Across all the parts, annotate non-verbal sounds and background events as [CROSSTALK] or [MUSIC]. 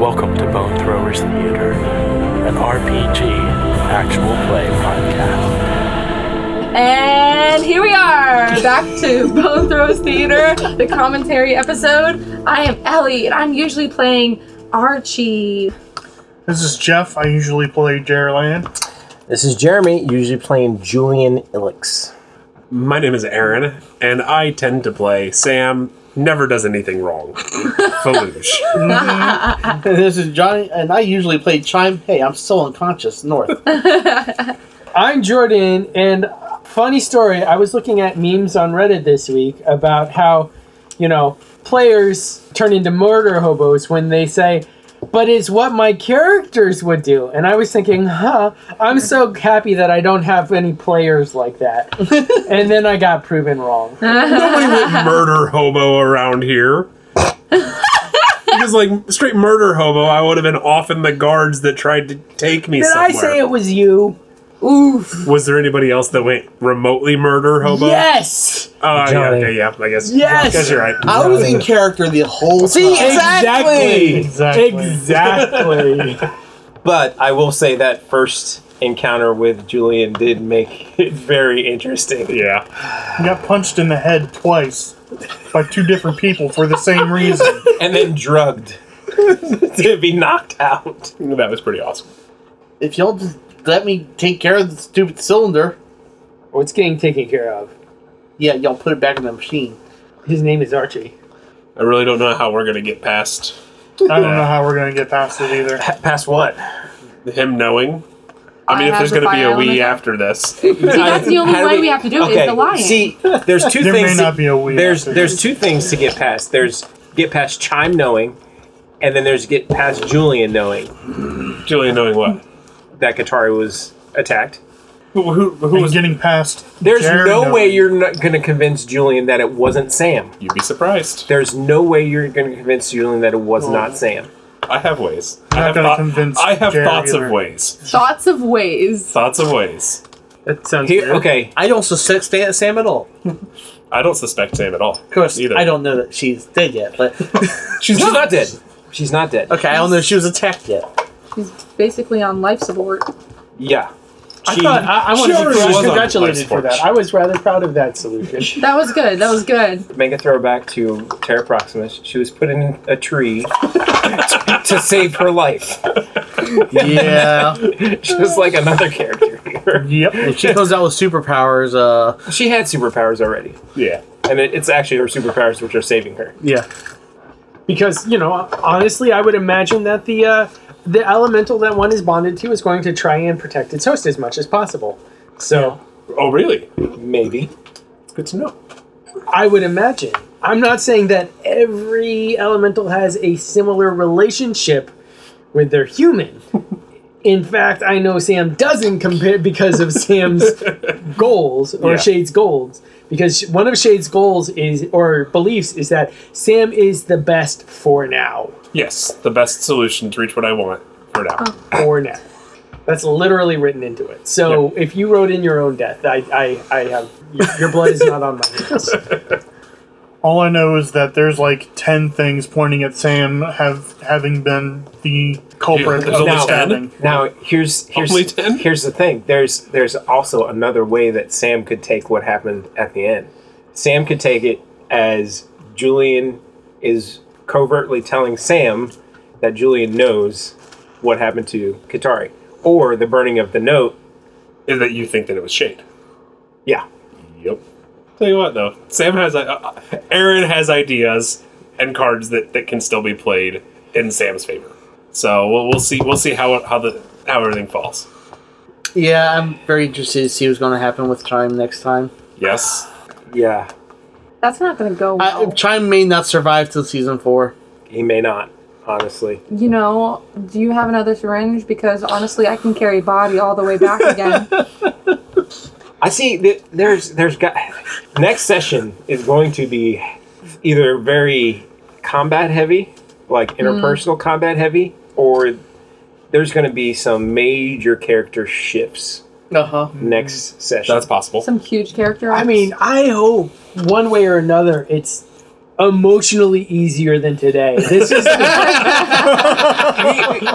Welcome to Bone Throwers Theater, an RPG actual play podcast. And here we are, back to Bone Throws Theater, the commentary episode. I am Ellie, and I'm usually playing Archie. This is Jeff. I usually play Jerland. This is Jeremy, usually playing Julian Ilix. My name is Aaron, and I tend to play Sam. Never does anything wrong. Falush. [LAUGHS] This is Johnny, and I usually play Chime. Hey, I'm still unconscious. North. [LAUGHS] I'm Jordan, and funny story. I was looking at memes on Reddit this week about how, you know, players turn into murder hobos when they say, "But it's what my characters would do." And I was thinking, huh, I'm so happy that I don't have any players like that. and then I got proven wrong. Nobody went murder hobo around here. because like straight murder hobo, I would have been off in the guards that tried to take me Did somewhere. I say it was you? Was there anybody else that went remotely murder hobo? Yes. Oh yeah, Johnny. okay, yeah. I guess. Yes! I guess you're right. I was in character the whole See, time. exactly. Exactly. Exactly. [LAUGHS] But I will say that first encounter with Julian did make it very interesting. yeah. I got punched in the head twice by two different people for the same reason. And then drugged [LAUGHS] to be knocked out. That was pretty awesome. If y'all just let me take care of the stupid cylinder, What's getting taken care of? yeah, y'all put it back in the machine. His name is Archie. I really don't know how we're gonna get past I don't know how we're gonna get past it either. Past what? him knowing. I I mean, if have there's to gonna be file a we another- after this, that's the only How do way we have to do it, is the lion. See, there's [LAUGHS] two There things. may to- not be a we There's after there's this. two things to get past. There's get past Chime knowing, and then there's get past Julian knowing Julian knowing what. that Katari was attacked. Who, who, who Who's was getting past? There's Jared no knowing. way you're not going to convince Julian that it wasn't Sam. You'd be surprised. There's no way you're going to convince Julian that it was not Sam. I have ways. I not have, gonna thought- convince I have Jerry thoughts either. of ways. Thoughts of ways. Thoughts of ways. That sounds He, okay, I don't suspect Stan- Sam at all. I don't suspect Sam at all. Of course, either. I don't know that she's dead yet, but she's not dead. She's not dead. okay, I don't know if she was attacked yet. He's basically on life support. Yeah, I thought I, I wanted Sure, to it be was on congratulated for Blacksport. that. I was rather proud of that [LAUGHS] solution. That was good, that was good. make a throwback to Terra Proximus. She was put in a tree to save her life, Yeah. just like another character here. Yep. [LAUGHS] if she comes out with superpowers, uh, She had superpowers already, Yeah. and it, it's actually her superpowers which are saving her. yeah. Because you know, honestly, I would imagine that the uh, the elemental that one is bonded to is going to try and protect its host as much as possible. So Oh, really? Maybe. It's good to know. I would imagine. I'm not saying that every elemental has a similar relationship with their human. In fact, I know Sam doesn't compare because of Sam's goals or Yeah. Shade's goals. Because one of Shade's goals is or beliefs is that Sam is the best for now. Yes, the best solution to reach what I want for now. For now. That's literally written into it. So if you wrote in your own death, I, I, I have your blood is not on my hands. All I know is that there's like ten things pointing at Sam have having been the culprit Yeah, there's of the only stabbing. Now here's Only here's ten? here's the thing. There's there's also another way that Sam could take what happened at the end. Sam could take it as Julian is covertly telling Sam that Julian knows what happened to Katari or the burning of the note. Is that you think that it was Shade? Yeah. Yep. Tell you what, though, Sam has, uh, uh, Aaron has ideas and cards that, that can still be played in Sam's favor. So we'll, we'll see we'll see how it- how the how everything falls. Yeah, I'm very interested to see what's going to happen with Chime next time. Yes. Yeah. That's not gonna go I, well. Chime may not survive till season four. He may not. honestly. You know, do you have another syringe? Because honestly, I can carry body all the way back again. [LAUGHS] I see. Th- there's there's got next session is going to be either very combat heavy, like interpersonal combat heavy, or there's going to be some major character shifts Uh huh. next session. That's possible. Some huge character. I arcs. mean, I hope one way or another it's emotionally easier than today. This is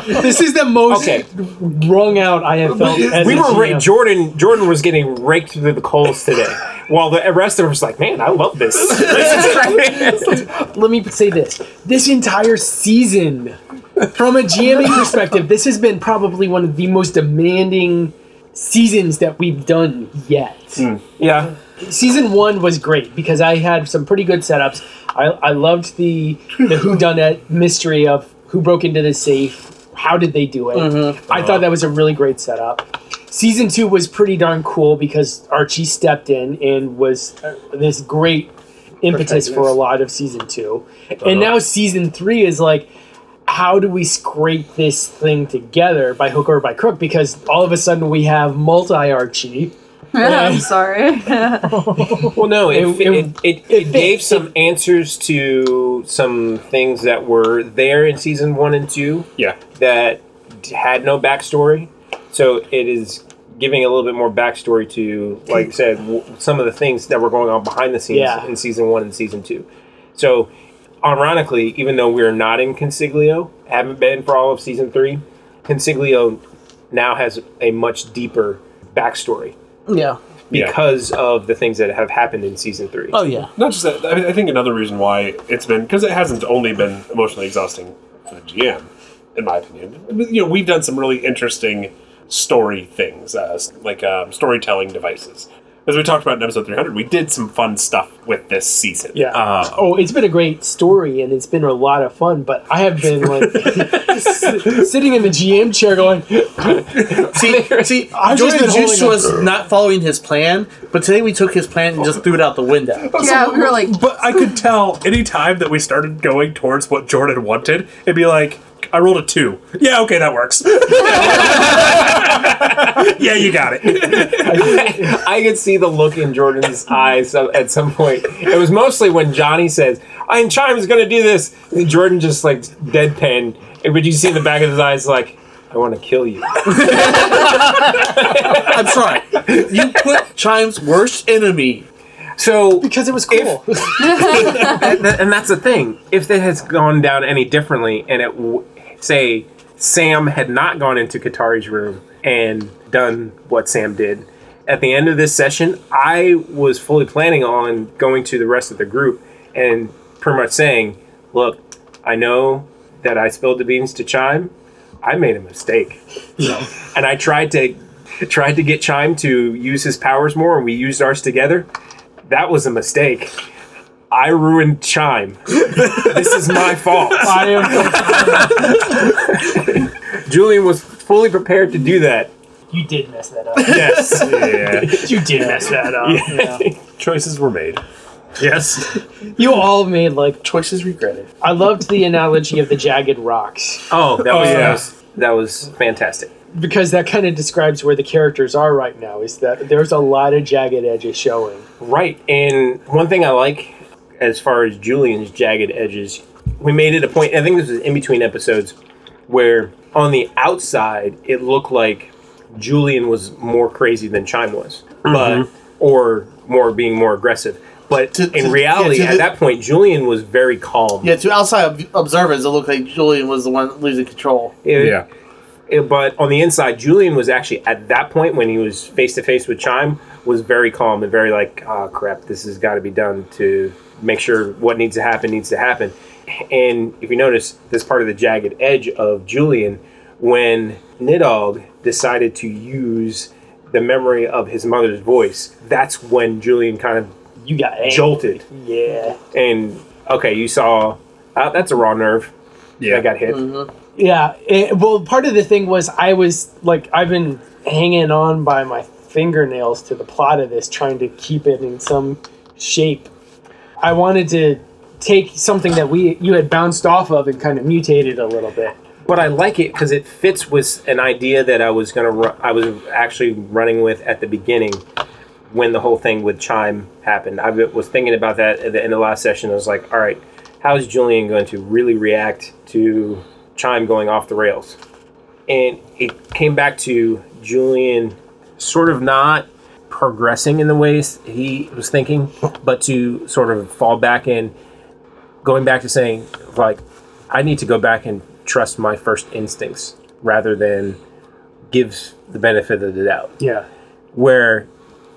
this is the [LAUGHS] most Okay. wrung out I have felt. As we a were ra- GM. Jordan. Jordan was getting raked through the coals [LAUGHS] today, while the rest of us was like, "Man, I love this." This is [LAUGHS] great." Let me say this: this entire season, from a GMing perspective, this has been probably one of the most demanding seasons that we've done yet. yeah, season one was great because I had some pretty good setups. I, I loved the the whodunit mystery of who broke into the safe, how did they do it. I thought that was a really great setup. Season two was pretty darn cool because Archie stepped in and was uh, this great impetus for a lot of season 2 And now season three is like, how do we scrape this thing together by hook or by crook? Because all of a sudden we have multi Archie. [LAUGHS] I'm [LAUGHS] sorry. [LAUGHS] Well, no, it, It- it, it- it, it, gave some answers to some things that were there in season one and two Yeah. that had no backstory. So it is giving a little bit more backstory to, like I said, w- some of the things that were going on behind the scenes Yeah. in season one and season two. So, ironically, even though we're not in Consiglio, haven't been for all of season three, Consiglio now has a much deeper backstory Yeah. Yeah. because of the things that have happened in season three. Oh yeah. Not just that. I, mean, I think another reason why it's been because it hasn't only been emotionally exhausting for the GM, in my opinion. You know, we've done some really interesting story things, uh, s- like um, storytelling devices. As we talked about in episode 300, we did some fun stuff with this season. Yeah. Uh, oh, it's been a great story and it's been a lot of fun, but I have been [LAUGHS] like s- sitting in the GM chair going, See, see, I've just Jordan been Juice holding was not following his plan, but today we took his plan and just threw it out the window. yeah, we were like, But I could tell any time that we started going towards what Jordan wanted, it'd be like, I rolled a two. Yeah, okay, [LAUGHS] that works. [LAUGHS] yeah, you got it. [LAUGHS] I could see the look in Jordan's eyes so- at some point. It was mostly when Johnny says, "I'm Chime's going to do this." And Jordan just like deadpan, and would you see in the back of his eyes like, "I want to kill you." I'm sorry. You put Chime's worst enemy. So, because it was cool. and, th- and that's the thing. If that has gone down any differently, and it w- say Sam had not gone into Katari's room and done what Sam did. At the end of this session, I was fully planning on going to the rest of the group and pretty much saying, "Look, I know that I spilled the beans to Chime. I made a mistake, and I tried to tried to get Chime to use his powers more, and we used ours together. That was a mistake. I ruined Chime. this is my fault. I am, Julian was fully prepared to do that. [LAUGHS] you did mess that up. Yes. [LAUGHS] Yeah. You did mess that up. Uh, Yeah. [LAUGHS] Choices were made. Yes. You all made like Choices regretted. I loved the analogy of the jagged rocks Oh, that was, yeah. that was that was fantastic. because that kind of describes where the characters are right now. Is that there's a lot of jagged edges showing. Right. And one thing I like as far as Julian's jagged edges, we made it a point, I think this was in between episodes, where on the outside it looked like Julian was more crazy than Chime was. Mm-hmm. But or more being more aggressive. But To- to- in reality, yeah, to at the- that point, Julian was very calm. Yeah, to outside ob- observers, it looked like Julian was the one losing control. It- it- but on the inside, Julian was actually at that point when he was face to face with Chime was very calm and very like, oh crap, this has got to be done to make sure what needs to happen needs to happen. And if you notice, this part of the jagged edge of Julian when Nidog decided to use the memory of his mother's voice, that's when Julian kind of You got angry. jolted. Yeah. And okay, you saw oh, that's a raw nerve Yeah. that got hit. Yeah. it- well, part of the thing was I was like, I've been hanging on by my fingernails to the plot of this, trying to keep it in some shape. I wanted to take something that we you had bounced off of and kind of mutated a little bit. but I like it because it fits with an idea that I was gonna ru- I was actually running with at the beginning when the whole thing with chime happened. I was thinking about that at the end of last session. I was like, all right, how is Julian going to really react to chime going off the rails? And it came back to Julian sort of not progressing in the ways he was thinking, but to sort of fall back in, going back to saying like I need to go back and trust my first instincts rather than gives the benefit of the doubt. Yeah. Where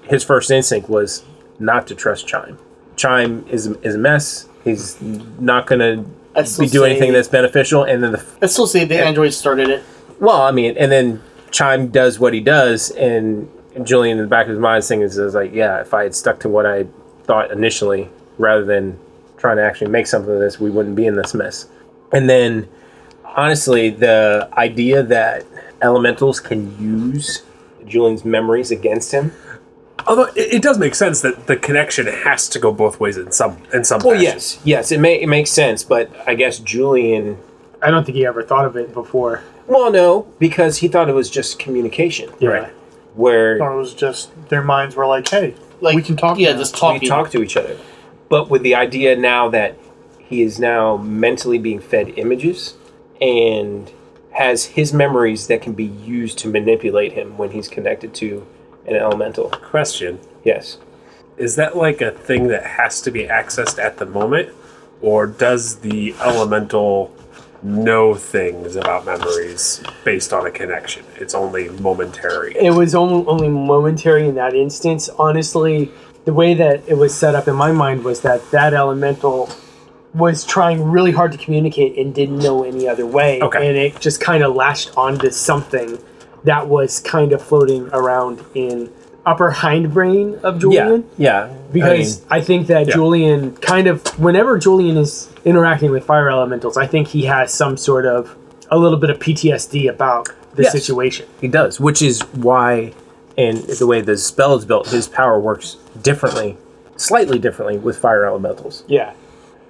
his first instinct was not to trust Chime. Chime is is a mess. He's not gonna I'd still be doing say- anything that's beneficial. And then the Let's still say the android started it. well, I mean, and then Chime does what he does, and Julian in the back of his mind is thinking is is like, yeah, if I had stuck to what I thought initially rather than trying to actually make something of this, we wouldn't be in this mess. And then, honestly, the idea that elementals can use Julian's memories against him. Although it, it does make sense that the connection has to go both ways in some in some. Well, fashion. yes, yes, it may it makes sense, but I guess Julian. I don't think he ever thought of it before. Well, no, because he thought it was just communication, Yeah. where Or it was just their minds were like, hey, Like we can talk. Yeah, now. just talking. we talk to each other. But with the idea now that he is now mentally being fed images and has his memories that can be used to manipulate him when he's connected to an elemental. Question: Yes. Is that like a thing that has to be accessed at the moment, or does the elemental know things about memories based on a connection? It's only momentary. It was only, only momentary in that instance. Honestly, the way that it was set up in my mind was that that elemental was trying really hard to communicate and didn't know any other way. Okay. And it just kind of latched onto something that was kind of floating around in upper hindbrain of Julian. Yeah. because I, think that yeah. Julian kind of whenever Julian is interacting with fire elementals, I think he has some sort of a little bit of PTSD about the Yes. situation. He does, which is why, and the way the spell is built, his power works differently, slightly differently with fire elementals, Yeah.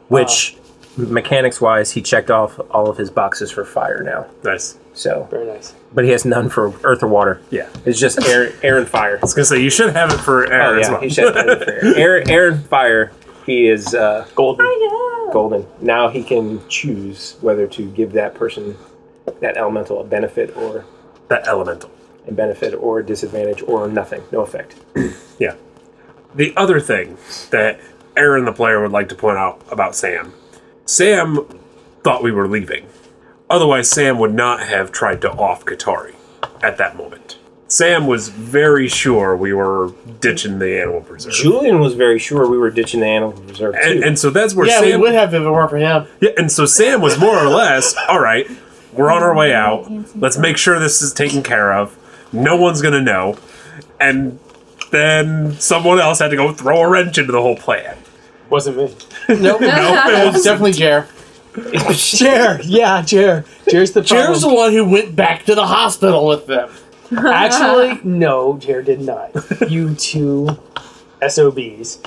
which mechanics wise, he checked off all of his boxes for fire now. Nice. So, Very nice. but he has none for earth or water. Yeah. I It's just air, air and fire. was gonna say you should have it for air Oh, as yeah, well. he should [LAUGHS] have been fair. Air, air and fire. He is uh, golden. Yeah. Golden. Now he can choose whether to give that person, that elemental, a benefit or the elemental. a benefit or a disadvantage or nothing, no effect. Yeah. The other thing that Aaron, the player, would like to point out about Sam Sam thought we were leaving. Otherwise, Sam would not have tried to off Katari at that moment. Sam was very sure we were ditching the animal preserve. Julian was very sure we were ditching the animal preserve too. and, and so that's where yeah, we Sam. would have if it weren't for [LAUGHS] him. yeah, and so Sam was more or less, all right, we're on our way out. Let's make sure this is taken care of. No one's going to know. And then someone else had to go throw a wrench into the whole plan. Wasn't me. No, Nope. it was Definitely Jer. Jer, yeah, Jer. Jer's the problem. [LAUGHS] Jer's the one who went back to the hospital with them. Actually, no, Jer did not. You two SOBs.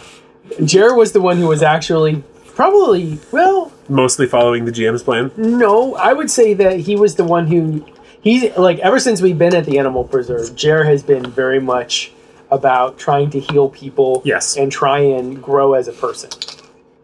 Jer was the one who was actually probably well, mostly following the GM's plan. No, I would say that he was the one who he's like ever since we've been at the animal preserve, Jer has been very much about trying to heal people Yes. and try and grow as a person.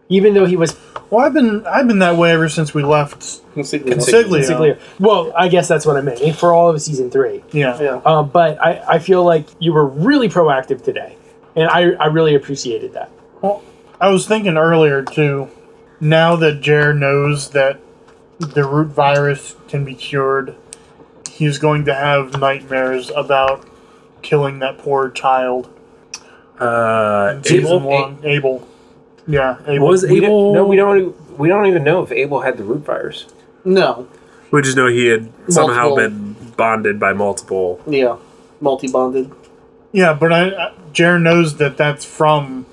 Even though he was Well, I've been I've been that way ever since we left Consiglio. basically well, I guess that's what I meant for all of season three. Yeah. Yeah. Uh, but I, I feel like you were really proactive today, and I, I really appreciated that. Well, I was thinking earlier too. Now that Jer knows that the root virus can be cured, he's going to have nightmares about killing that poor child. Uh, Season one, Abel. Yeah, Abel. was We don't, Abel? no, we don't. We don't even know if Abel had the root virus. No. We just know he had somehow Multiple. been bonded by multiple. Yeah. Multi bonded. Yeah, but I, I Jer knows that that's from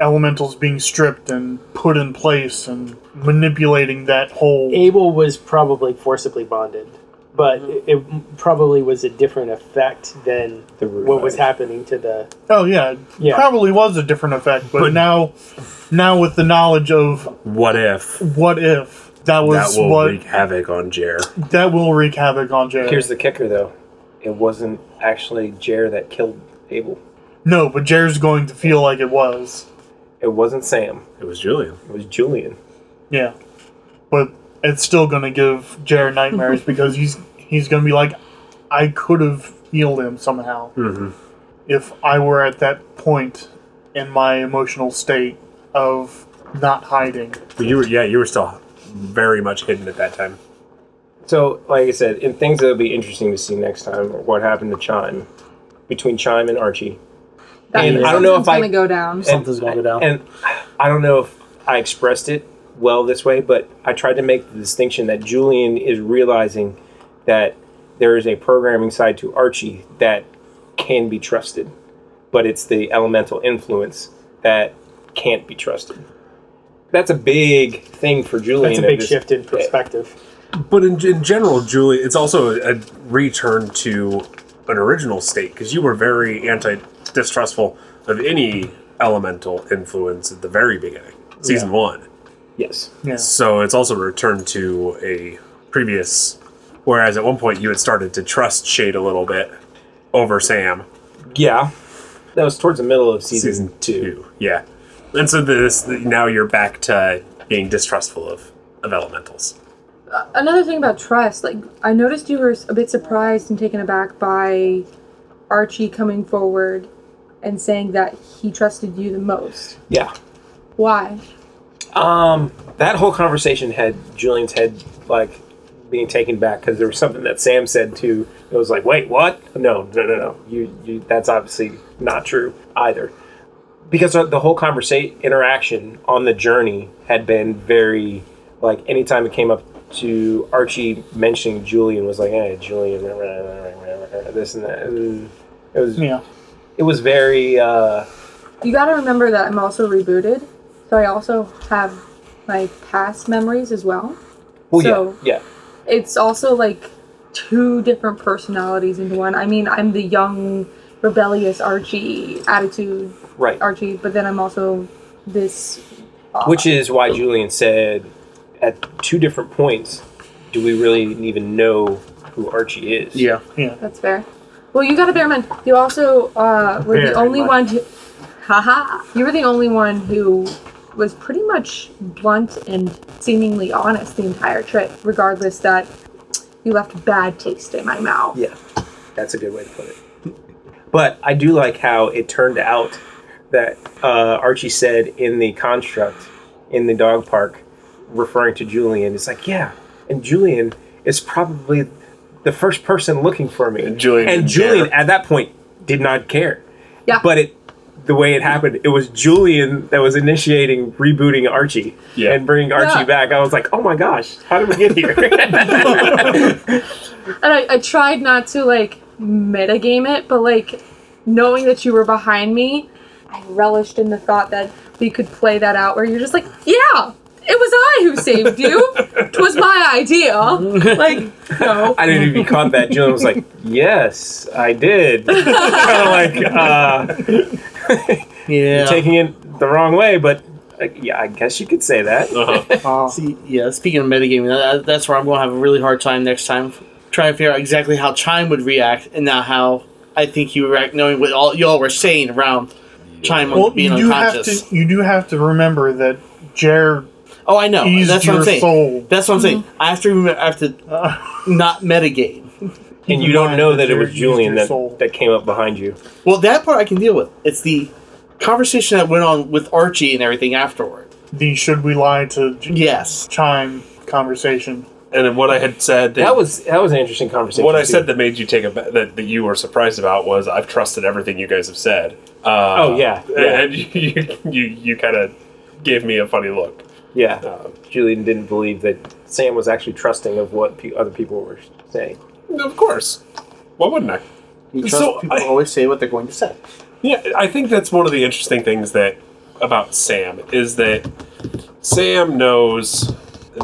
elementals being stripped and put in place and manipulating that whole. Abel was probably forcibly bonded. but it, it probably was a different effect than The root what was virus. happening to the. Oh yeah, it Yeah. probably was a different effect, but, But- now, now with the knowledge of What if what if that that was will what wreak havoc on Jer? that will wreak havoc on Jared. Here's the kicker, though. It wasn't actually Jer that killed Abel. no, but Jared's going to feel like it was. It wasn't Sam. It was Julian. It was Julian. Yeah, but it's still going to give Jared [LAUGHS] nightmares because he's he's going to be like, I could have healed him somehow Mm-hmm. if I were at that point in my emotional state of not hiding. But you were, yeah, you were still very much hidden at that time. So, like I said, in things that'll be interesting to see next time are what happened to Chime, between Chime and Archie. That And means I don't know something's if I- gonna go down. Something's gonna go down. And I don't know if I expressed it well this way, but I tried to make the distinction that Julian is realizing that there is a programming side to Archie that can be trusted, but it's the elemental influence that can't be trusted. That's a big thing for Julian. That's a at big this- shift in perspective. But in, in general, Julie, it's also a, a return to an original state because you were very anti distrustful of any elemental influence at the very beginning, season one. Yes. Yeah, So it's also a return to a previous. Whereas at one point you had started to trust Shade a little bit over Sam. Yeah. That was towards the middle of season, Season two. two, yeah. And so this now you're back to being distrustful of of elementals. another thing about trust, like I noticed you were a bit surprised and taken aback by Archie coming forward and saying that he trusted you the most. Yeah. Why? Um, that whole conversation had Julian's head like being taken back because there was something that Sam said too. It was like, wait, what? No, no, no, no. You, you that's obviously not true either. Because the whole conversation interaction on the journey had been very like anytime it came up to Archie mentioning Julian was like, eh, Julian, rah, rah, rah, rah, rah, this and that. It was, it was, yeah. it was very. Uh, You gotta remember that I'm also rebooted, so I also have like past memories as well. well, So- yeah, yeah. It's also like two different personalities into one. I mean, I'm the young, rebellious Archie attitude Right. Archie, but then I'm also this. Which is why Julian said at two different points, do we really even know who Archie is? Yeah. That's fair. Well, you got to bear in mind. You also uh, were Bear the in only one mind. who, haha, you were the only one who was pretty much blunt and seemingly honest the entire trip, regardless that you left a bad taste in my mouth. Yeah. That's a good way to put it. But I do like how it turned out that uh, Archie said in the construct in the dog park, referring to Julian, it's like, yeah, and Julian is probably the first person looking for me. And Julian and didn't Julian care. at that point did not care. Yeah. But it the way it happened, it was Julian that was initiating rebooting Archie Yeah. and bringing Archie Yeah. back. I was like, oh my gosh, how did we get here? [LAUGHS] and I, I tried not to like metagame it, but like knowing that you were behind me, I relished in the thought that we could play that out where you're just like, yeah, it was I who saved you. Twas my idea. Like, no. I didn't even caught that. Julian was like, yes, I did. [LAUGHS] kind of like uh, Yeah. taking it the wrong way, but like, yeah, I guess you could say that. Uh-huh. Uh, [LAUGHS] See, yeah. Speaking of metagaming, that, that's where I'm going to have a really hard time next time trying to figure out exactly how Chime would react and now how I think you would react, knowing what all y'all were saying around Chime well, being you do have unconscious. to you do have to remember that Jared oh, I know. eased That's what your Mm-hmm. I'm saying. soul. That's what I'm saying. I have to remember. I have to [LAUGHS] not metagame. And you don't know that it was Julian that, that came up behind you. Well, that part I can deal with. It's the conversation that went on with Archie and everything afterward. the should we lie to J- Yes. chime conversation. And then what I had said That was that was an interesting conversation. what I too. said that made you take a that, that you were surprised about was I've trusted everything you guys have said. Uh, Oh, yeah, yeah. and [LAUGHS] you you you kind of gave me a funny look. Yeah, Uh, Julian didn't believe that Sam was actually trusting of what pe- other people were saying. Of course, why wouldn't I? You trust So, people I- always say what they're going to say. Yeah, I think that's one of the interesting things that about Sam is that Sam knows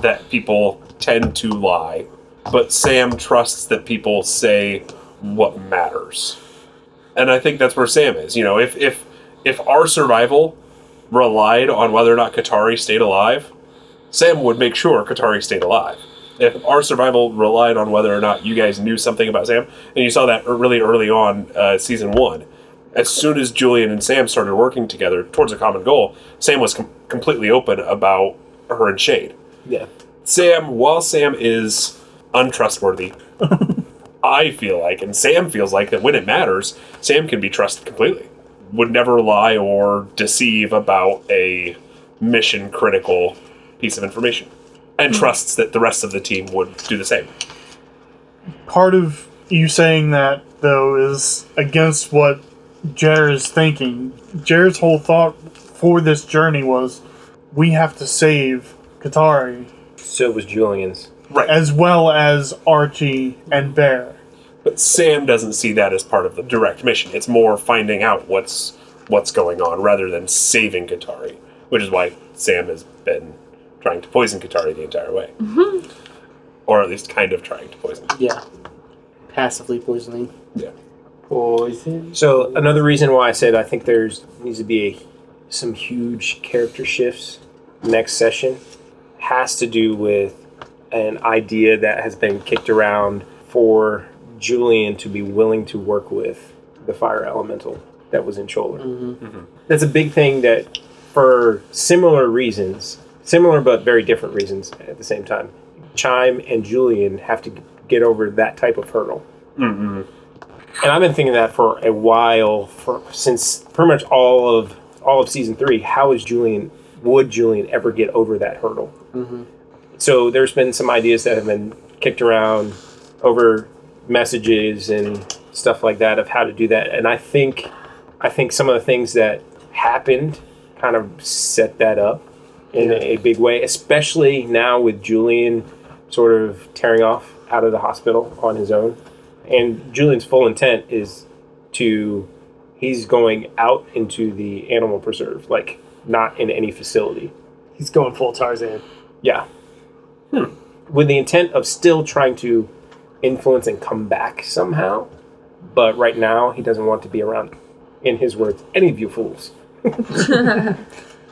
that people tend to lie but Sam trusts that people say what matters. And I think that's where Sam is. You know, if if if our survival relied on whether or not Katari stayed alive, Sam would make sure Katari stayed alive. If our survival relied on whether or not you guys knew something about Sam, and you saw that ear- really early on uh, season one, as soon as Julian and Sam started working together towards a common goal, Sam was com- completely open about her and Shade. Yeah. Sam, while Sam is untrustworthy, I feel like, and Sam feels like, that when it matters, Sam can be trusted completely. Would never lie or deceive about a mission critical piece of information. And trusts that the rest of the team would do the same. part of you saying that though is against what Jer is thinking. Jer's whole thought for this journey was we have to save Katari So was Julian's. Right. as well as Archie and Bear. But Sam doesn't see that as part of the direct mission. It's more finding out what's what's going on rather than saving Katari, which is why Sam has been trying to poison Katari the entire way. Or at least kind of trying to poison. Yeah. Passively poisoning. Yeah. Poison. So another reason why I said I think there's needs to be a, some huge character shifts next session has to do with an idea that has been kicked around for Julian to be willing to work with the fire elemental that was in Choler. That's a big thing that for similar reasons, similar but very different reasons at the same time. Chime and Julian have to get over that type of hurdle and I've been thinking that for a while, for since pretty much all of all of season three. How is Julian? Would Julian ever get over that hurdle? So there's been some ideas that have been kicked around over messages and stuff like that of how to do that. And I think, I think some of the things that happened kind of set that up in a big way, especially now with Julian sort of tearing off out of the hospital on his own and Julian's full intent is to he's going out into the animal preserve, like not in any facility. He's going full Tarzan. Yeah. Hmm. With the intent of still trying to influence and come back somehow, but right now he doesn't want to be around in his words any of you fools.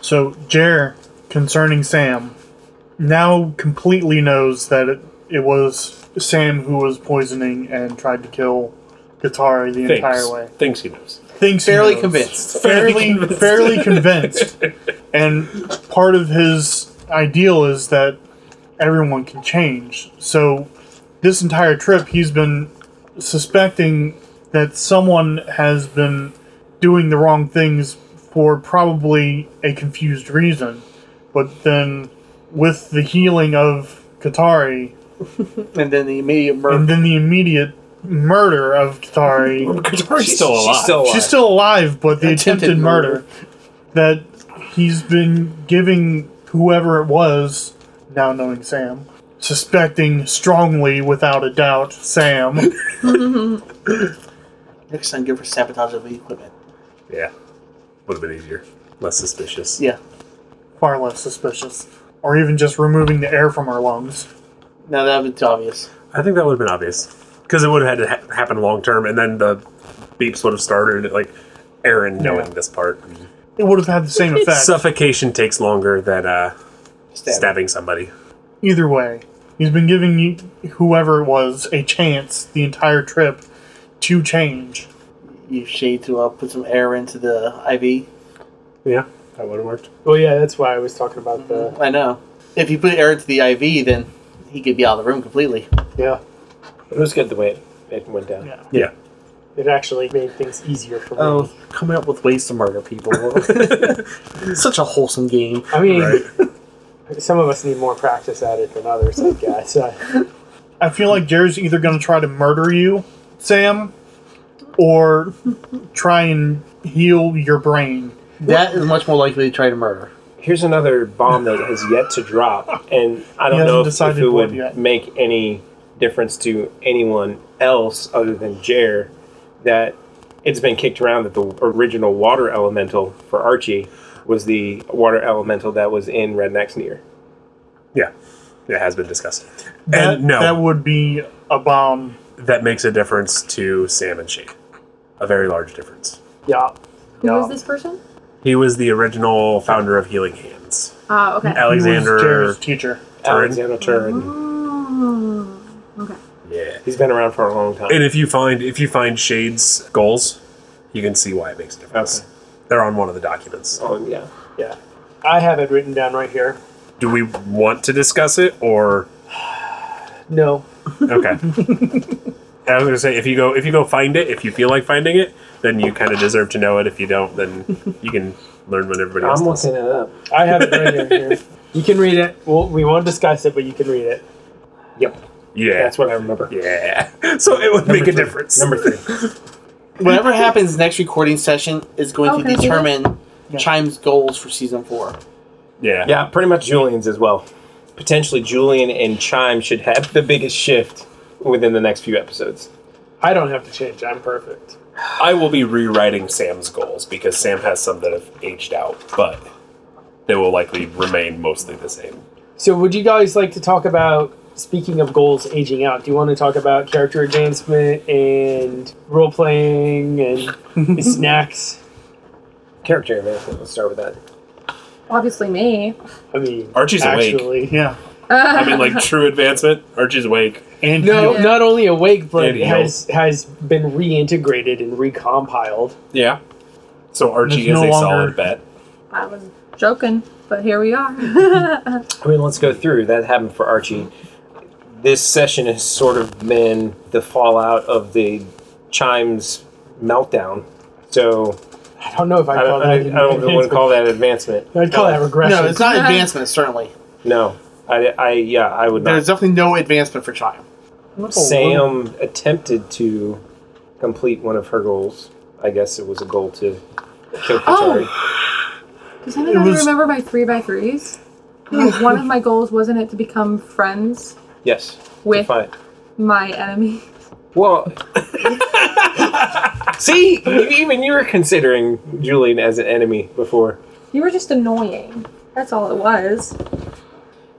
So Jer concerning Sam now completely knows that it, it was Sam who was poisoning and tried to kill Katari the entire way. Thinks, thinks he knows. thinks he Fairly knows. convinced. fairly fairly convinced [LAUGHS] and part of his ideal is that everyone can change so this entire trip he's been suspecting that someone has been doing the wrong things for probably a confused reason but then with the healing of katari And then the immediate and murder. then the immediate murder of katari Katari's still alive. She's still alive. She's still alive, but the Attempted attempted, murder, that he's been giving whoever it was, now knowing Sam, suspecting strongly, without a doubt, Sam. Next time, give her sabotage of the equipment. Yeah. Would have been easier. Less suspicious. Yeah. far less suspicious. Or even just removing the air from her lungs. Now that would be obvious. I think that would have been obvious. Because it would have had to ha- happen long term, and then the beeps would have started, like, Aaron knowing this part. It would have had the same effect. Suffocation takes longer than uh, Stab. stabbing somebody. Either way, he's been giving you, whoever it was a chance the entire trip to change. You shade to uh, put some air into the IV. Yeah, that would have worked. Well, yeah, that's why I was talking about the. I know. If you put air into the IV, then he could be out of the room completely. Yeah, It was good the way it, it went down. Yeah. Yeah. it actually made things easier for me. Oh, coming up with ways to murder people. Such a wholesome game. I mean, Right. some of us need more practice at it than others, I guess. I, I feel like Jerry's either going to try to murder you, Sam, or try and heal your brain. That is much more likely to try to murder. Here's another bomb that has yet to drop, and I don't hasn't know if, if decided it what would yet. make any difference to anyone else other than Jer that it's been kicked around that the original water elemental for Archie was the water elemental that was in Redneck's Near. Yeah. It has been discussed. That, and no, that would be a bomb. that makes a difference to Sam and Shane. A very large difference. Yeah. Who Yeah. was this person? He was the original founder of Healing Hands. Oh, okay. He was Alexander Jared's teacher. Turin. Alexander Mm-hmm. Turin. Mm, okay. Yeah. He's been around for a long time. And if you find if you find Shade's goals, you can see why it makes a difference. Okay. They're on one of the documents. Oh yeah. Yeah. I have it written down right here. Do we want to discuss it or No. okay? I was gonna say if you go if you go find it if you feel like finding it then you kind of deserve to know it if you don't then you can learn when everybody else I'm does. looking it up. I have it right here. You can read it. Well, we won't discuss it, but you can read it. Yep. Yeah, That's what I remember. yeah. [LAUGHS] So it would make a difference. Number three. Whatever happens next recording session is going Oh, can I do to that? determine Chime's goals for season four. [LAUGHS] yeah, Yeah, pretty much Julian's as well. Potentially Julian and Chime should have the biggest shift within the next few episodes. I don't have to change. I'm perfect. I will be rewriting Sam's goals because Sam has some that have aged out, but they will likely remain mostly the same. So, would you guys like to talk about? Speaking of goals aging out, do you want to talk about character advancement and role playing and snacks? Character advancement, let's start with that. Obviously me. [LAUGHS] I mean, Archie's awake. [LAUGHS] actually, Yeah. I [LAUGHS] mean, like true advancement. Archie's awake. And no, Yeah. not only awake, but And healed. has has been reintegrated and recompiled. Yeah. So Archie There's is no a longer- solid bet. I was joking, but here we are. [LAUGHS] I mean, let's go through. That happened for Archie. This session has sort of been the fallout of the Chime's meltdown. So I don't know if I, I don't, call that. I, I an don't want to advancement. call that advancement. [LAUGHS] I'd call that regression. No, it's not advancement, certainly. No, I, I yeah, I would not. There's definitely no advancement for Chime. Sam attempted to complete one of her goals. I guess it was a goal to kill Katari. Does anybody was- remember my three by threes? One of my goals wasn't it to become friends Yes. with Fine. my enemy. [LAUGHS] Well, [LAUGHS] see, even you were considering Julian as an enemy before. You were just annoying. That's all it was.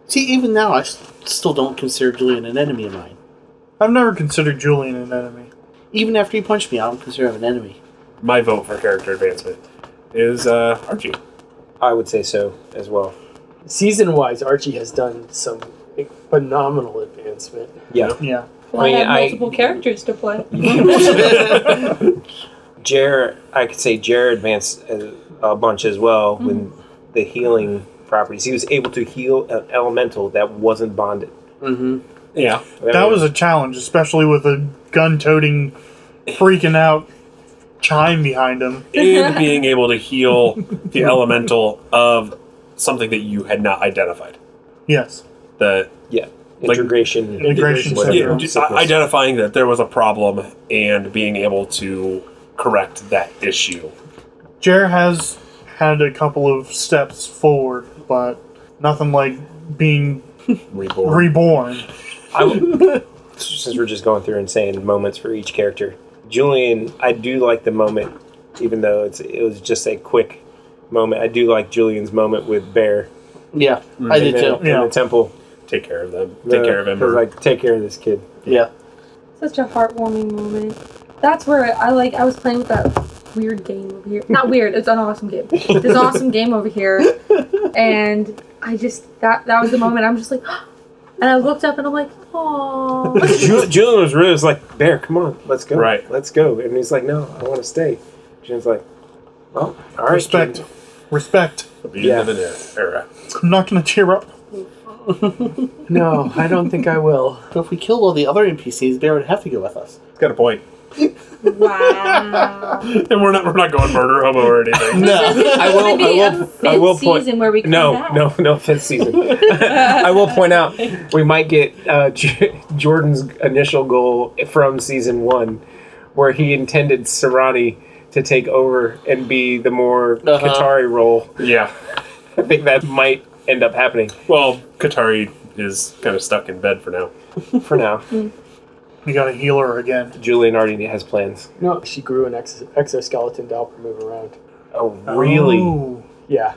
See, even now, I s- still don't consider Julian an enemy of mine. I've never considered Julian an enemy. Even after he punched me, I don't consider him an [LAUGHS] enemy. My vote for character advancement is uh, Archie. I would say so as well. Season wise, Archie has done some phenomenal advancement. Yeah. Yeah. Well, I mean, I had I- multiple characters to play. Jer, I could say Jer advanced a, a bunch as well with the healing properties. He was able to heal an elemental that wasn't bonded. Mm-hmm. Yeah. That was a challenge, especially with a gun toting, freaking out chime behind him. And being able to heal the elemental of something that you had not identified. Yes. The yeah Like- integration. Integration Whatever. yeah, syndrome. just i- identifying that there was a problem and being able to correct that issue. Jer has had a couple of steps forward, but nothing like being Reborn. reborn. I w- [LAUGHS] since we're just going through and saying moments for each character, Julian, I do like the moment, even though it's it was just a quick moment. I do like Julian's moment with Bear Yeah, I in did the, too. in Yeah. the temple. Take care of them. Take care of him. It was or- like take care of this kid. Yeah. Such a heartwarming moment. That's where I like. I was playing with that weird game over here. Not weird. It's an awesome game. This awesome game over here, and I just that that was the moment. I'm just like, [GASPS] and I looked up and I'm like, oh. Ju- Julian was really was like Bear, come on, let's go, Right. Let's go. And he's like, no, I want to stay. Julian's like, well, all right, Respect. Julian. Respect. Beauty Yeah. of an era. I'm not gonna tear up. No, I don't think I will. But if we killed all the other NPCs, Bear would have to go [LAUGHS] with us. It's got a point. [LAUGHS] Wow. And we're not we're not going murder hobo or [LAUGHS] anything. No. I will. be I a will. fifth I will point. season where we come No, back. no, no fifth season. I will point out we might get uh, J- Jordan's initial goal from season one, where he intended Serrani to take over and be the more Uh-huh. Qatari role. yeah. I think that might end up happening Well, Katari is kind of stuck in bed for now. for now. We gotta heal her again. Julian already has plans. No, she grew an ex- exoskeleton to help her move around. Oh, really? Oh. Yeah.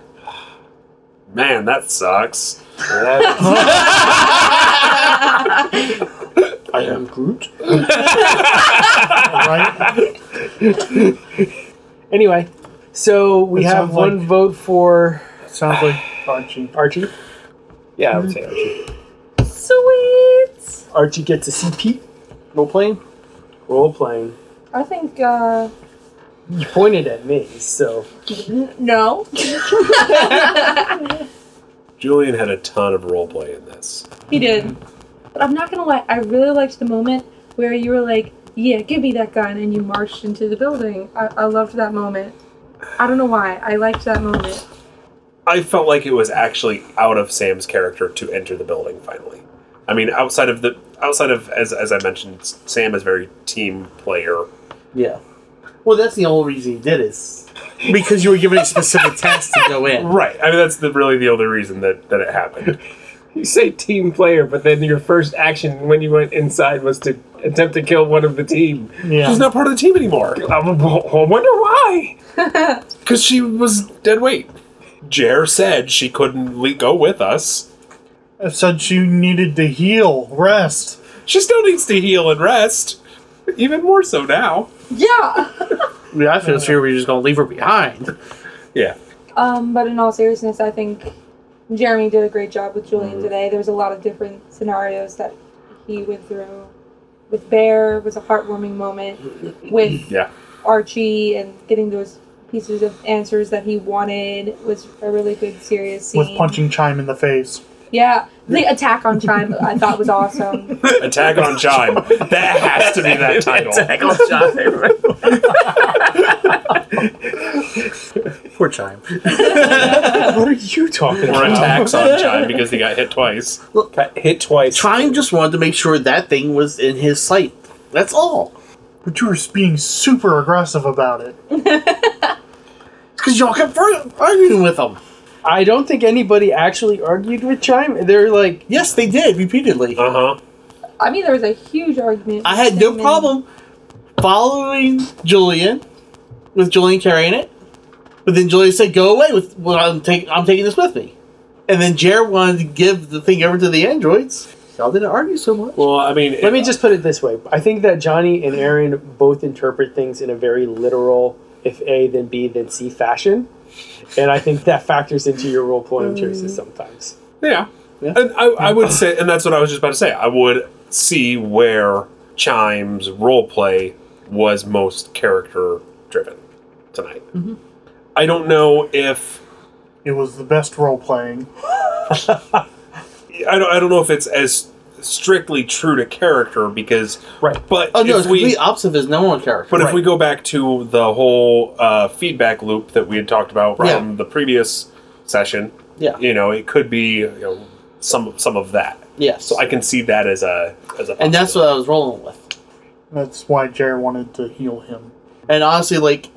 Man, that sucks. That- I am Groot. right? Anyway, so we It have sounds one like- vote for Sounds like Archie. Archie. yeah, I would say Archie. Sweet. Archie gets a CP. Role playing. Role playing. I think, uh, You pointed at me, so n- no. [LAUGHS] Julian had a ton of role play in this. He did. But I'm not gonna lie, I really liked the moment where you were like, yeah, give me that gun, and you marched into the building. I, I loved that moment. I don't know why. I liked that moment. I felt like it was actually out of Sam's character to enter the building finally. I mean, outside of the outside of as as I mentioned, Sam is very team player. Yeah. well, that's the only reason he did is Because you were given a specific [LAUGHS] task to go in. Right. I mean, that's the, really the only reason that that it happened. You say team player, but then your first action when you went inside was to attempt to kill one of the team. Yeah. She's not part of the team anymore I w- [LAUGHS] I wonder why. because she was dead weight. Jer said she couldn't le- go with us. I said you needed to heal, rest. She still needs to heal and rest, even more so now. Yeah. Yeah, I feel sure we're just gonna leave her behind. Yeah. Um, but in all seriousness, I think Jeremy did a great job with Julian today. There was a lot of different scenarios that he went through. With Bear was a heartwarming moment. With Yeah. Archie and getting those pieces of answers that he wanted was a really good serious scene. With punching Chime in the face. Yeah, the attack on Chime I thought was awesome. Attack on Chime. That has to be that title. Poor Chime. What are you talking Or about? attacks on Chime because he got hit twice. Got hit twice. Chime just wanted to make sure that thing was in his sight. That's all. But you were being super aggressive about it. Because y'all kept ar- arguing with him. I don't think anybody actually argued with Chime. They're like, Yes, they did repeatedly. Uh huh. I mean, there was a huge argument. I had no And- problem following Julian with Julian carrying it, but then Julian said, "Go away with well, I'm taking I'm taking this with me," and then Jared wanted to give the thing over to the androids. Y'all didn't argue so much. Well, I mean, let me just put it this way. I think that Johnny and Aaron both interpret things in a very literal, if A, then B, then C fashion. And I think that factors into your role playing choices sometimes. Yeah. Yeah. And I, I would say, and that's what I was just about to say. I would see where Chime's role play was most character driven tonight. I don't know if It was the best role playing. I don't I don't know if it's as strictly true to character because Right. But oh no, if it's we complete opposite of his no one character. but if Right. we go back to the whole uh, feedback loop that we had talked about from Yeah. the previous session, yeah, you know, it could be you know, some some of that. yes. So I can see that as a as a and that's possibility. what I was rolling with. That's why Jared wanted to heal him. And honestly, like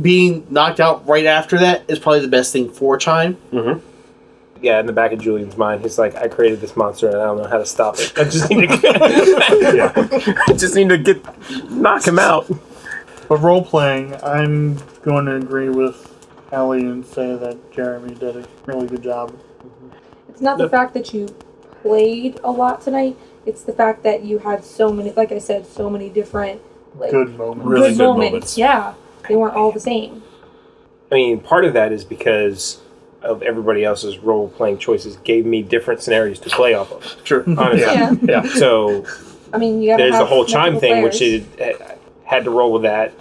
being knocked out right after that is probably the best thing for Chime. Yeah, in the back of Julian's mind, he's like, "I created this monster, and I don't know how to stop it. I [LAUGHS] just need to, [LAUGHS] [LAUGHS] I just need to get knock him out." But role playing, I'm going to agree with Ellie and say that Jeremy did a really good job. It's not the fact that you played a lot tonight. It's the fact that you had so many, like I said, so many different like Good moment. Really good moments. Yeah, they weren't all the same. I mean, part of that is because of everybody else's role playing choices gave me different scenarios to play off [LAUGHS] of. Sure. Honestly, Yeah. yeah. so I mean, you gotta there's have the whole chime multiple thing, players. which is had to roll with that.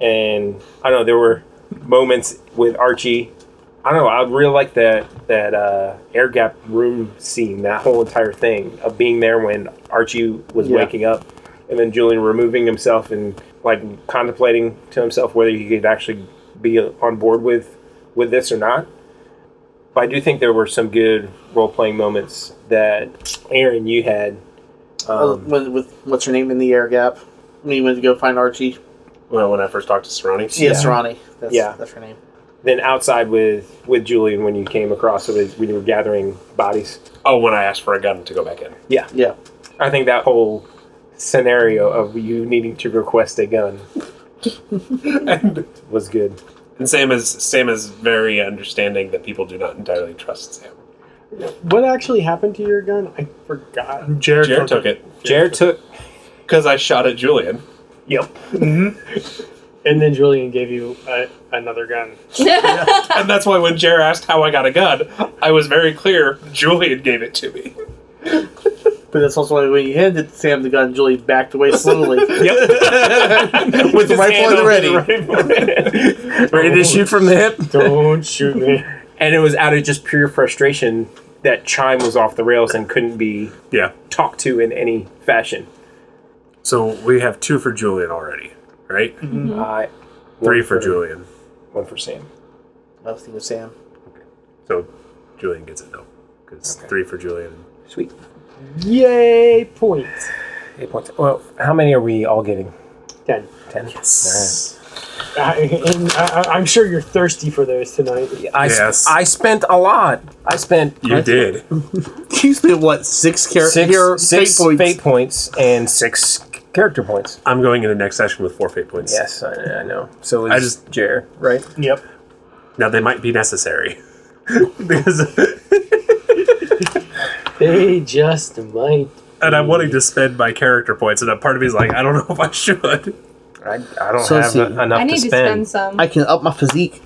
And I don't know, there were moments with Archie. I don't know. I really like that that uh, air gap room scene, that whole entire thing of being there when Archie was Yeah. waking up, and then Julian removing himself and like contemplating to himself whether he could actually be on board with with this or not. But I do think there were some good role playing moments that Aaron you had. Uh, Um, with, with what's her name in the air gap when he went to go find Archie. Well, when I first talked to Serrani. Yeah, Serrani. That's, Yeah. that's her name. Then outside with with Julian when you came across it was- when you were gathering bodies. Oh, when I asked for a gun to go back in. Yeah. I think that whole scenario of you needing to request a gun And, was good. and Sam is Sam is very understanding that people do not entirely trust Sam. What actually happened to your gun? I forgot. Jared, Jared took it Jared [LAUGHS] took. because I shot at Julian. Yep. And then Julian gave you a, another gun. [LAUGHS] And that's why when Jer asked how I got a gun, I was very clear Julian gave it to me. But that's also why when you handed Sam the gun, Julie backed away slowly. [LAUGHS] [LAUGHS] Yep. With his rifle hand at the over ready. rifle. Ready to shoot from the hip. Don't shoot me. And it was out of just pure frustration that Chime was off the rails and couldn't be yeah. talked to in any fashion. So we have two for Julian already, right? Uh, Three one for Julian. One for Sam. Nothing with Sam. So Julian gets it though, because three for Julian. Sweet. Yay, points. Eight points. Well, how many are we all getting? Ten. Ten. I, and I, I- I'm sure you're thirsty for those tonight. All right. I, s- Yes. I spent a lot. I spent You did. You spent what six character six, hero six fate points? fate points and six character points. I'm going into next session with four fate points. Yes, I, I know. So is I just- Jer, right? Yep. Now they might be necessary [LAUGHS] because, They just might. and I'm wanting to spend my character points, and a part of me is like, I don't know if I should. [LAUGHS] I, I don't So have see. enough I need to spend some. I can up my physique.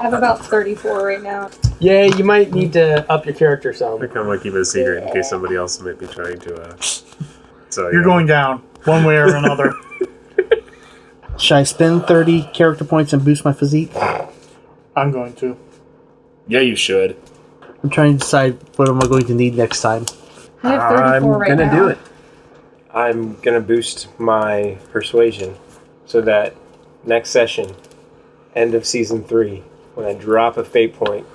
I have about 34 right now. Yeah, you might need to up your character I some. kind of want to keep it a secret in case somebody else might be trying to. Uh, so You're yeah. going down one way or another. [LAUGHS] Should I spend thirty character points and boost my physique? I'm going to. Yeah, you should. I'm trying to decide what am I going to need next time. I have 34 I'm right gonna now. do it. I'm gonna boost my persuasion so that next session, end of season three, when I drop a fate point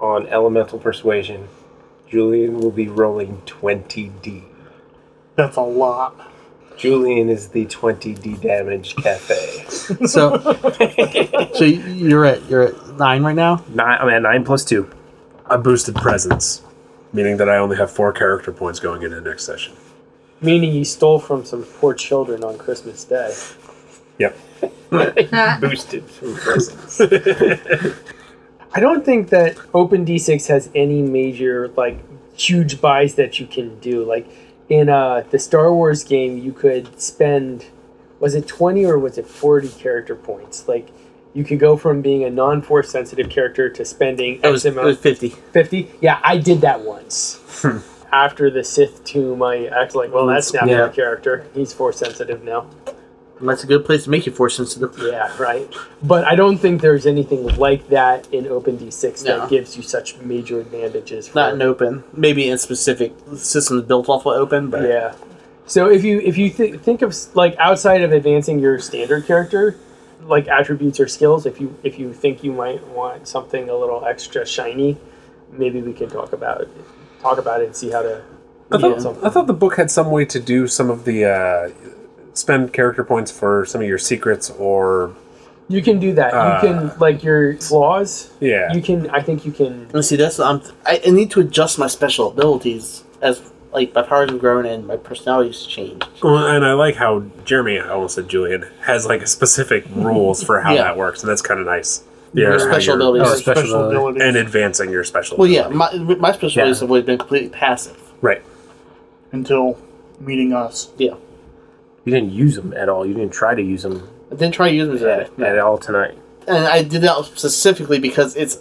on elemental persuasion, Julian will be rolling twenty D. That's a lot. Julian is the twenty D damage cafe. So, so you're at you're at nine right now. Nine I'm at nine plus [LAUGHS] two. A boosted presence, meaning that I only have four character points going into the next session. Meaning you stole from some poor children on Christmas Day. Yep. [LAUGHS] Boosted from presence. [LAUGHS] I don't think that Open D6 has any major like huge buys that you can do. Like in uh, the Star Wars game, you could spend was it twenty or was it forty character points? Like you could go from being a non-force sensitive character to spending It was, X it amount was fifty. fifty. Yeah, I did that once. After the Sith tomb, I act like, well, that's not Yeah. my character. He's force sensitive now. And that's a good place to make you force sensitive. Yeah, right. But I don't think there's anything like that in Open D6 No. that gives you such major advantages. For Not in open, maybe in specific systems built off of open, but Yeah. So if you if you th- think of s- like outside of advancing your standard character, like attributes or skills, if you if you think you might want something a little extra shiny, maybe we can talk about talk about it and see how to. I build thought, something. I thought the book had some way to do some of the uh, spend character points for some of your secrets or you can do that. Uh, you can like your flaws. yeah. You can. I think you can. Let's see, that's I'm, I, I need to adjust my special abilities as like my powers have grown and my personality's changed. Well, and I like how Jeremy, I almost said Julian, has like a specific [LAUGHS] rules for how Yeah. that works, and that's kind of nice. Yeah, how special you're- abilities. Or Oh, special, special abilities. and advancing your special. Well, yeah, ability. my my special Yeah. abilities have always been completely passive. right. until meeting us. Yeah, You didn't use them at all. You didn't try to use them I didn't try to use them today, at, at all tonight. and I did that specifically because it's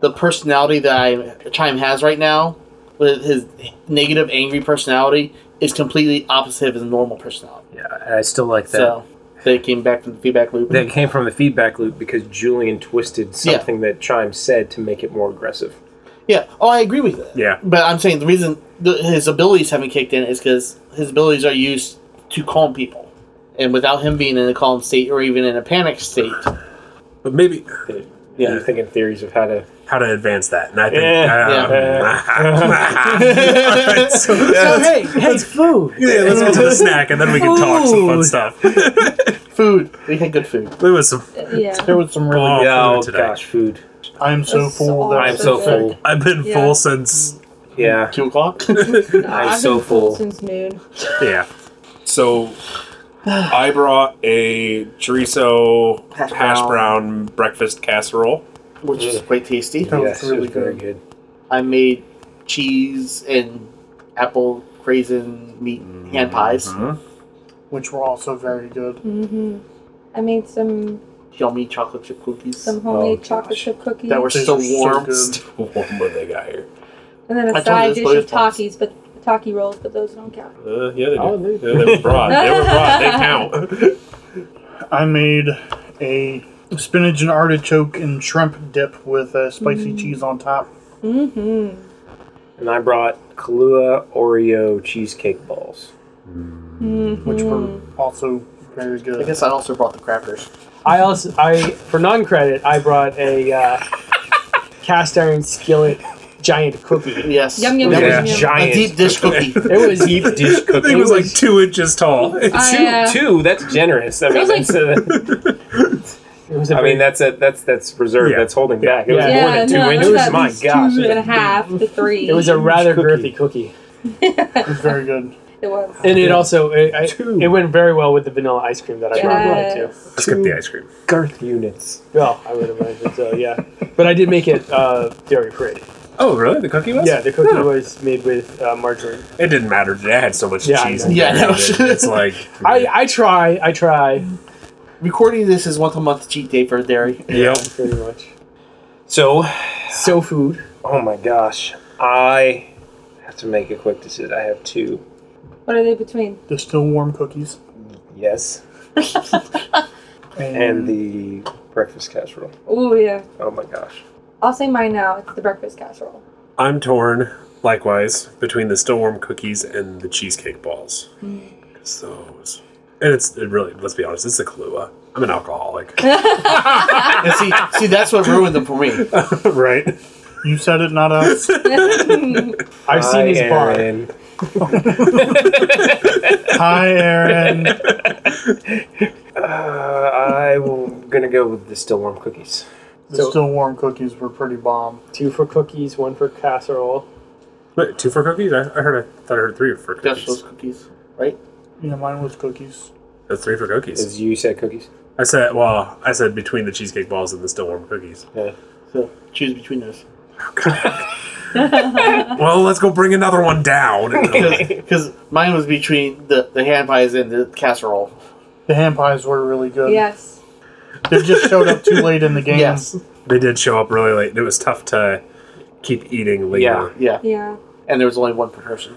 the personality that I Chime has right now with his negative, angry personality is completely opposite of his normal personality. Yeah, and I still like that. So they came back from the feedback loop. that came from the feedback loop because Julian twisted Yeah. something that Chime said to make it more aggressive. Yeah. Oh, I agree with that. Yeah. But I'm saying the reason the, his abilities haven't kicked in is because his abilities are used to calm people, and without him being in a calm state or even in a panic state, But maybe Yeah. You're thinking theories of how to. how to advance that, and I think. Eh, Yeah, um, all right, [LAUGHS] so, hey, hey, food. yeah, let's get to the snack, and then we can talk some fun stuff. food. We had good food. there was some. Yeah. There was some really. Oh, yeah, oh food today. gosh, food. I'm so That's so full. that awesome. I'm so so full. I've been Yeah. full since [LAUGHS] Yeah. Two o'clock. [LAUGHS] I've been so full. since noon. Yeah. So I brought a chorizo hash, Hash brown breakfast casserole. which is quite tasty. That was yes, it really was very good. good. I made cheese and apple craisin meat hand pies. which were also very good. Mm-hmm. I made some Yummy chocolate chip cookies some homemade Oh, chocolate gosh. chip cookies, that were These still are so warm. good. What more they got here? and then I a told you side this dish place of Takis, but Taki rolls, but those don't count. Uh, yeah, they do. Oh, they they, were broad. They were broad. [LAUGHS] They count. I made a spinach and artichoke and shrimp dip with uh, Mm. spicy cheese on top. Mm-hmm. And I brought Kahlua Oreo cheesecake balls. which Mm-hmm. were Mm. also very I good. guess I also brought the crackers. I also I for non credit I brought a uh, cast iron skillet giant cookie. Yes. Yum yum Yeah. yum Yeah. yum. yum. A Giant. deep dish cookie. It was Deep [LAUGHS] dish The cookie. thing was like two inches tall. I, two, uh, two. That's generous. I mean, was like- that's a, it was a I very- mean, that's a, that's that's reserved. Yeah. That's holding Yeah. back. It was Yeah. more than two no, it was inches. at My least gosh. two and a half to three. [LAUGHS] it was a rather cookie. girthy cookie. It was very good. [LAUGHS] It was. And it also it, I, Two. it went very well with the vanilla ice cream that I brought too. Yes. Let's get the ice cream. Garth units. Well, I would imagine so, yeah. But I did make it uh, dairy free. Oh, really? The cookie was? Yeah, the cookie No. was made with uh, margarine. It didn't matter. It had so much Yeah, I cheese. know. and Yeah, dairy no. that It's like [LAUGHS] I, I try, I try. Recording this is once a month cheat day for dairy. Yep. Pretty much. So, So food. oh my gosh, I have to make a quick decision. I have two. What are they between? The still warm cookies Yes, Mm-hmm. and the breakfast casserole. Oh yeah. Oh my gosh. I'll say mine now. It's the breakfast casserole. [LAUGHS] I'm torn, likewise, between the still warm cookies and the cheesecake balls. Because those. And it's it really, let's be honest, it's the Kahlua. I'm an alcoholic. And see, see, that's what ruined them for [LAUGHS] me. right? you said it, not us. [LAUGHS] I've seen his bar. Iron. [LAUGHS] Hi, [LAUGHS] Aaron. Uh, I'm gonna go with the still warm cookies. The So- still warm cookies were pretty bomb. Two for cookies, one for casserole. Wait, two for cookies? I, I heard I thought I heard three for That's cookies. those cookies, right? Yeah, mine was cookies. That's three for cookies. As you said, cookies. I said, well, I said between the cheesecake balls and the still warm [LAUGHS] cookies. Yeah. So choose between those. Well, let's go bring another one [LAUGHS] down. Because mine was between the, the hand pies and the casserole. The ham pies were really good. Yes. They just showed up too late [LAUGHS] in the game. Yes. they did show up really late. It was tough to keep eating later. Yeah. Yeah. Yeah. And there was only one per person.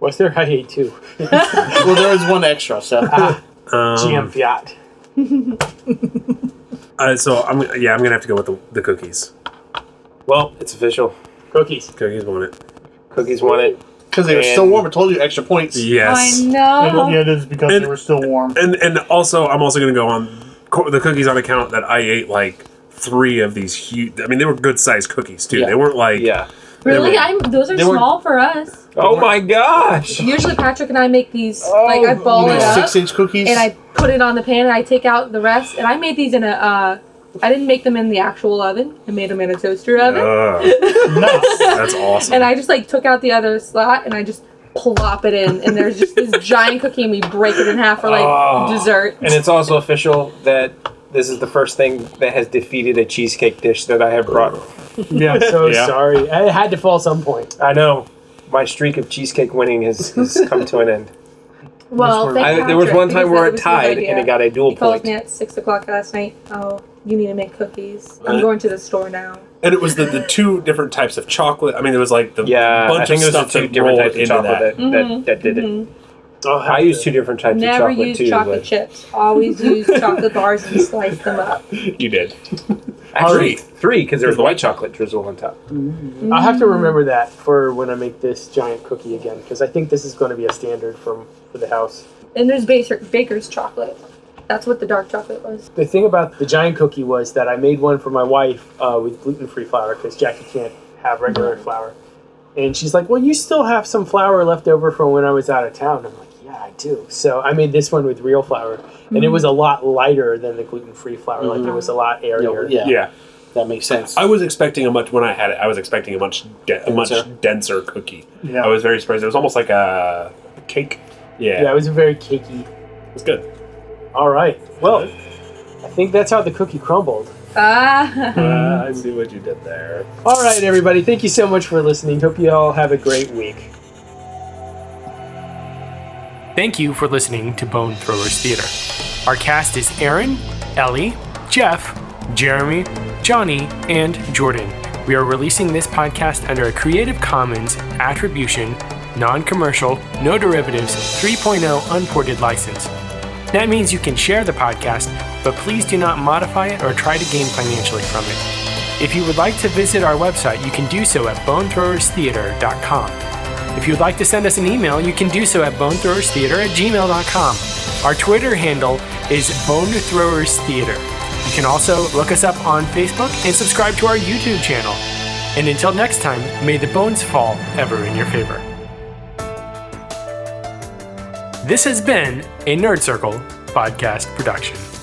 Was there? I ate two. Well, there was one extra, so. Um, GM Fiat. uh, so I'm yeah, I'm gonna have to go with the, the cookies. Well, it's official. Cookies. Cookies won it. Cookies won it. Because they were still And- warm. I told you extra points. Yes. I It, Uh-huh. know. yeah, it is because And- they were still warm. and and also I'm also gonna go on co- the cookies on account that I ate like three of these huge. I mean, they were good sized cookies too. Yeah. They weren't like Yeah. Really, I'm. Those are They were- small for us. Oh my gosh. Usually, Patrick and I make these. Oh, like I ball You it know, up. Six inch cookies. and I put it on the pan and I take out the rest. And I made these in a, uh, I didn't make them in the actual oven. I made them in a toaster oven. [LAUGHS] Ugh, nice. that's awesome. And I just like took out the other slot and I just plop it in. And there's just [LAUGHS] this giant cookie and we break it in half for like Oh. dessert. And it's also official that this is the first thing that has defeated a cheesecake dish that I have brought. Oh. [LAUGHS] Yeah. So Yeah. sorry. It had to fall some point. I know. My streak of cheesecake winning has, has come to an end. Well, where- thank I, Patrick, there was one because time that where it was his tied idea. and it got a dual He called point. me at six o'clock last night. Oh, you need to make cookies. Uh, I'm going to the store now. and it was the, the two different types of chocolate. I mean, there was like the Yeah, I bunch think of it was the stuff two that different rolled types of into chocolate that. that, that, that did it. I used two different Mm-hmm. types Never of chocolate use too. chocolate but chips. Always use chocolate bars and slice them up. You did. actually, three because there was white chocolate drizzle on top. I'll have to remember that for when I make this giant cookie again, because I think this is going to be a standard from for the house. And there's baker, baker's chocolate. That's what the dark chocolate was. The thing about the giant cookie was that I made one for my wife uh, with gluten free flour because Jackie can't have regular flour. And she's like, Well, you still have some flour left over from when I was out of town. I'm like, Yeah, I do. So I made this one with real flour, and it was a lot lighter than the gluten free flour. Like, it was a lot airier. yeah, Yeah, that makes sense. I was expecting a much when I had it. I was expecting a much de- a much Denser. denser cookie. Yeah. I was very surprised. It was almost like a cake. Yeah, Yeah, it was very cakey. it's good. All right. Well, I think that's how the cookie crumbled. Ah. [LAUGHS] Uh, I see what you did there. All right, everybody. Thank you so much for listening. Hope you all have a great week. Thank you for listening to Bone Throwers Theater. Our cast is Aaron, Ellie, Jeff, Jeremy, Johnny, and Jordan. We are releasing this podcast under a Creative Commons Attribution, Non Commercial, No Derivatives 3.0 Unported license. That means you can share the podcast, but please do not modify it or try to gain financially from it. If you would like to visit our website, you can do so at bonethrowerstheater.com. If you'd like to send us an email, you can do so at bonethrowerstheater at gmail.com. Our Twitter handle is bonethrowerstheater. You can also look us up on Facebook and subscribe to our YouTube channel. And until next time, may the bones fall ever in your favor. This has been a Nerd Circle podcast production.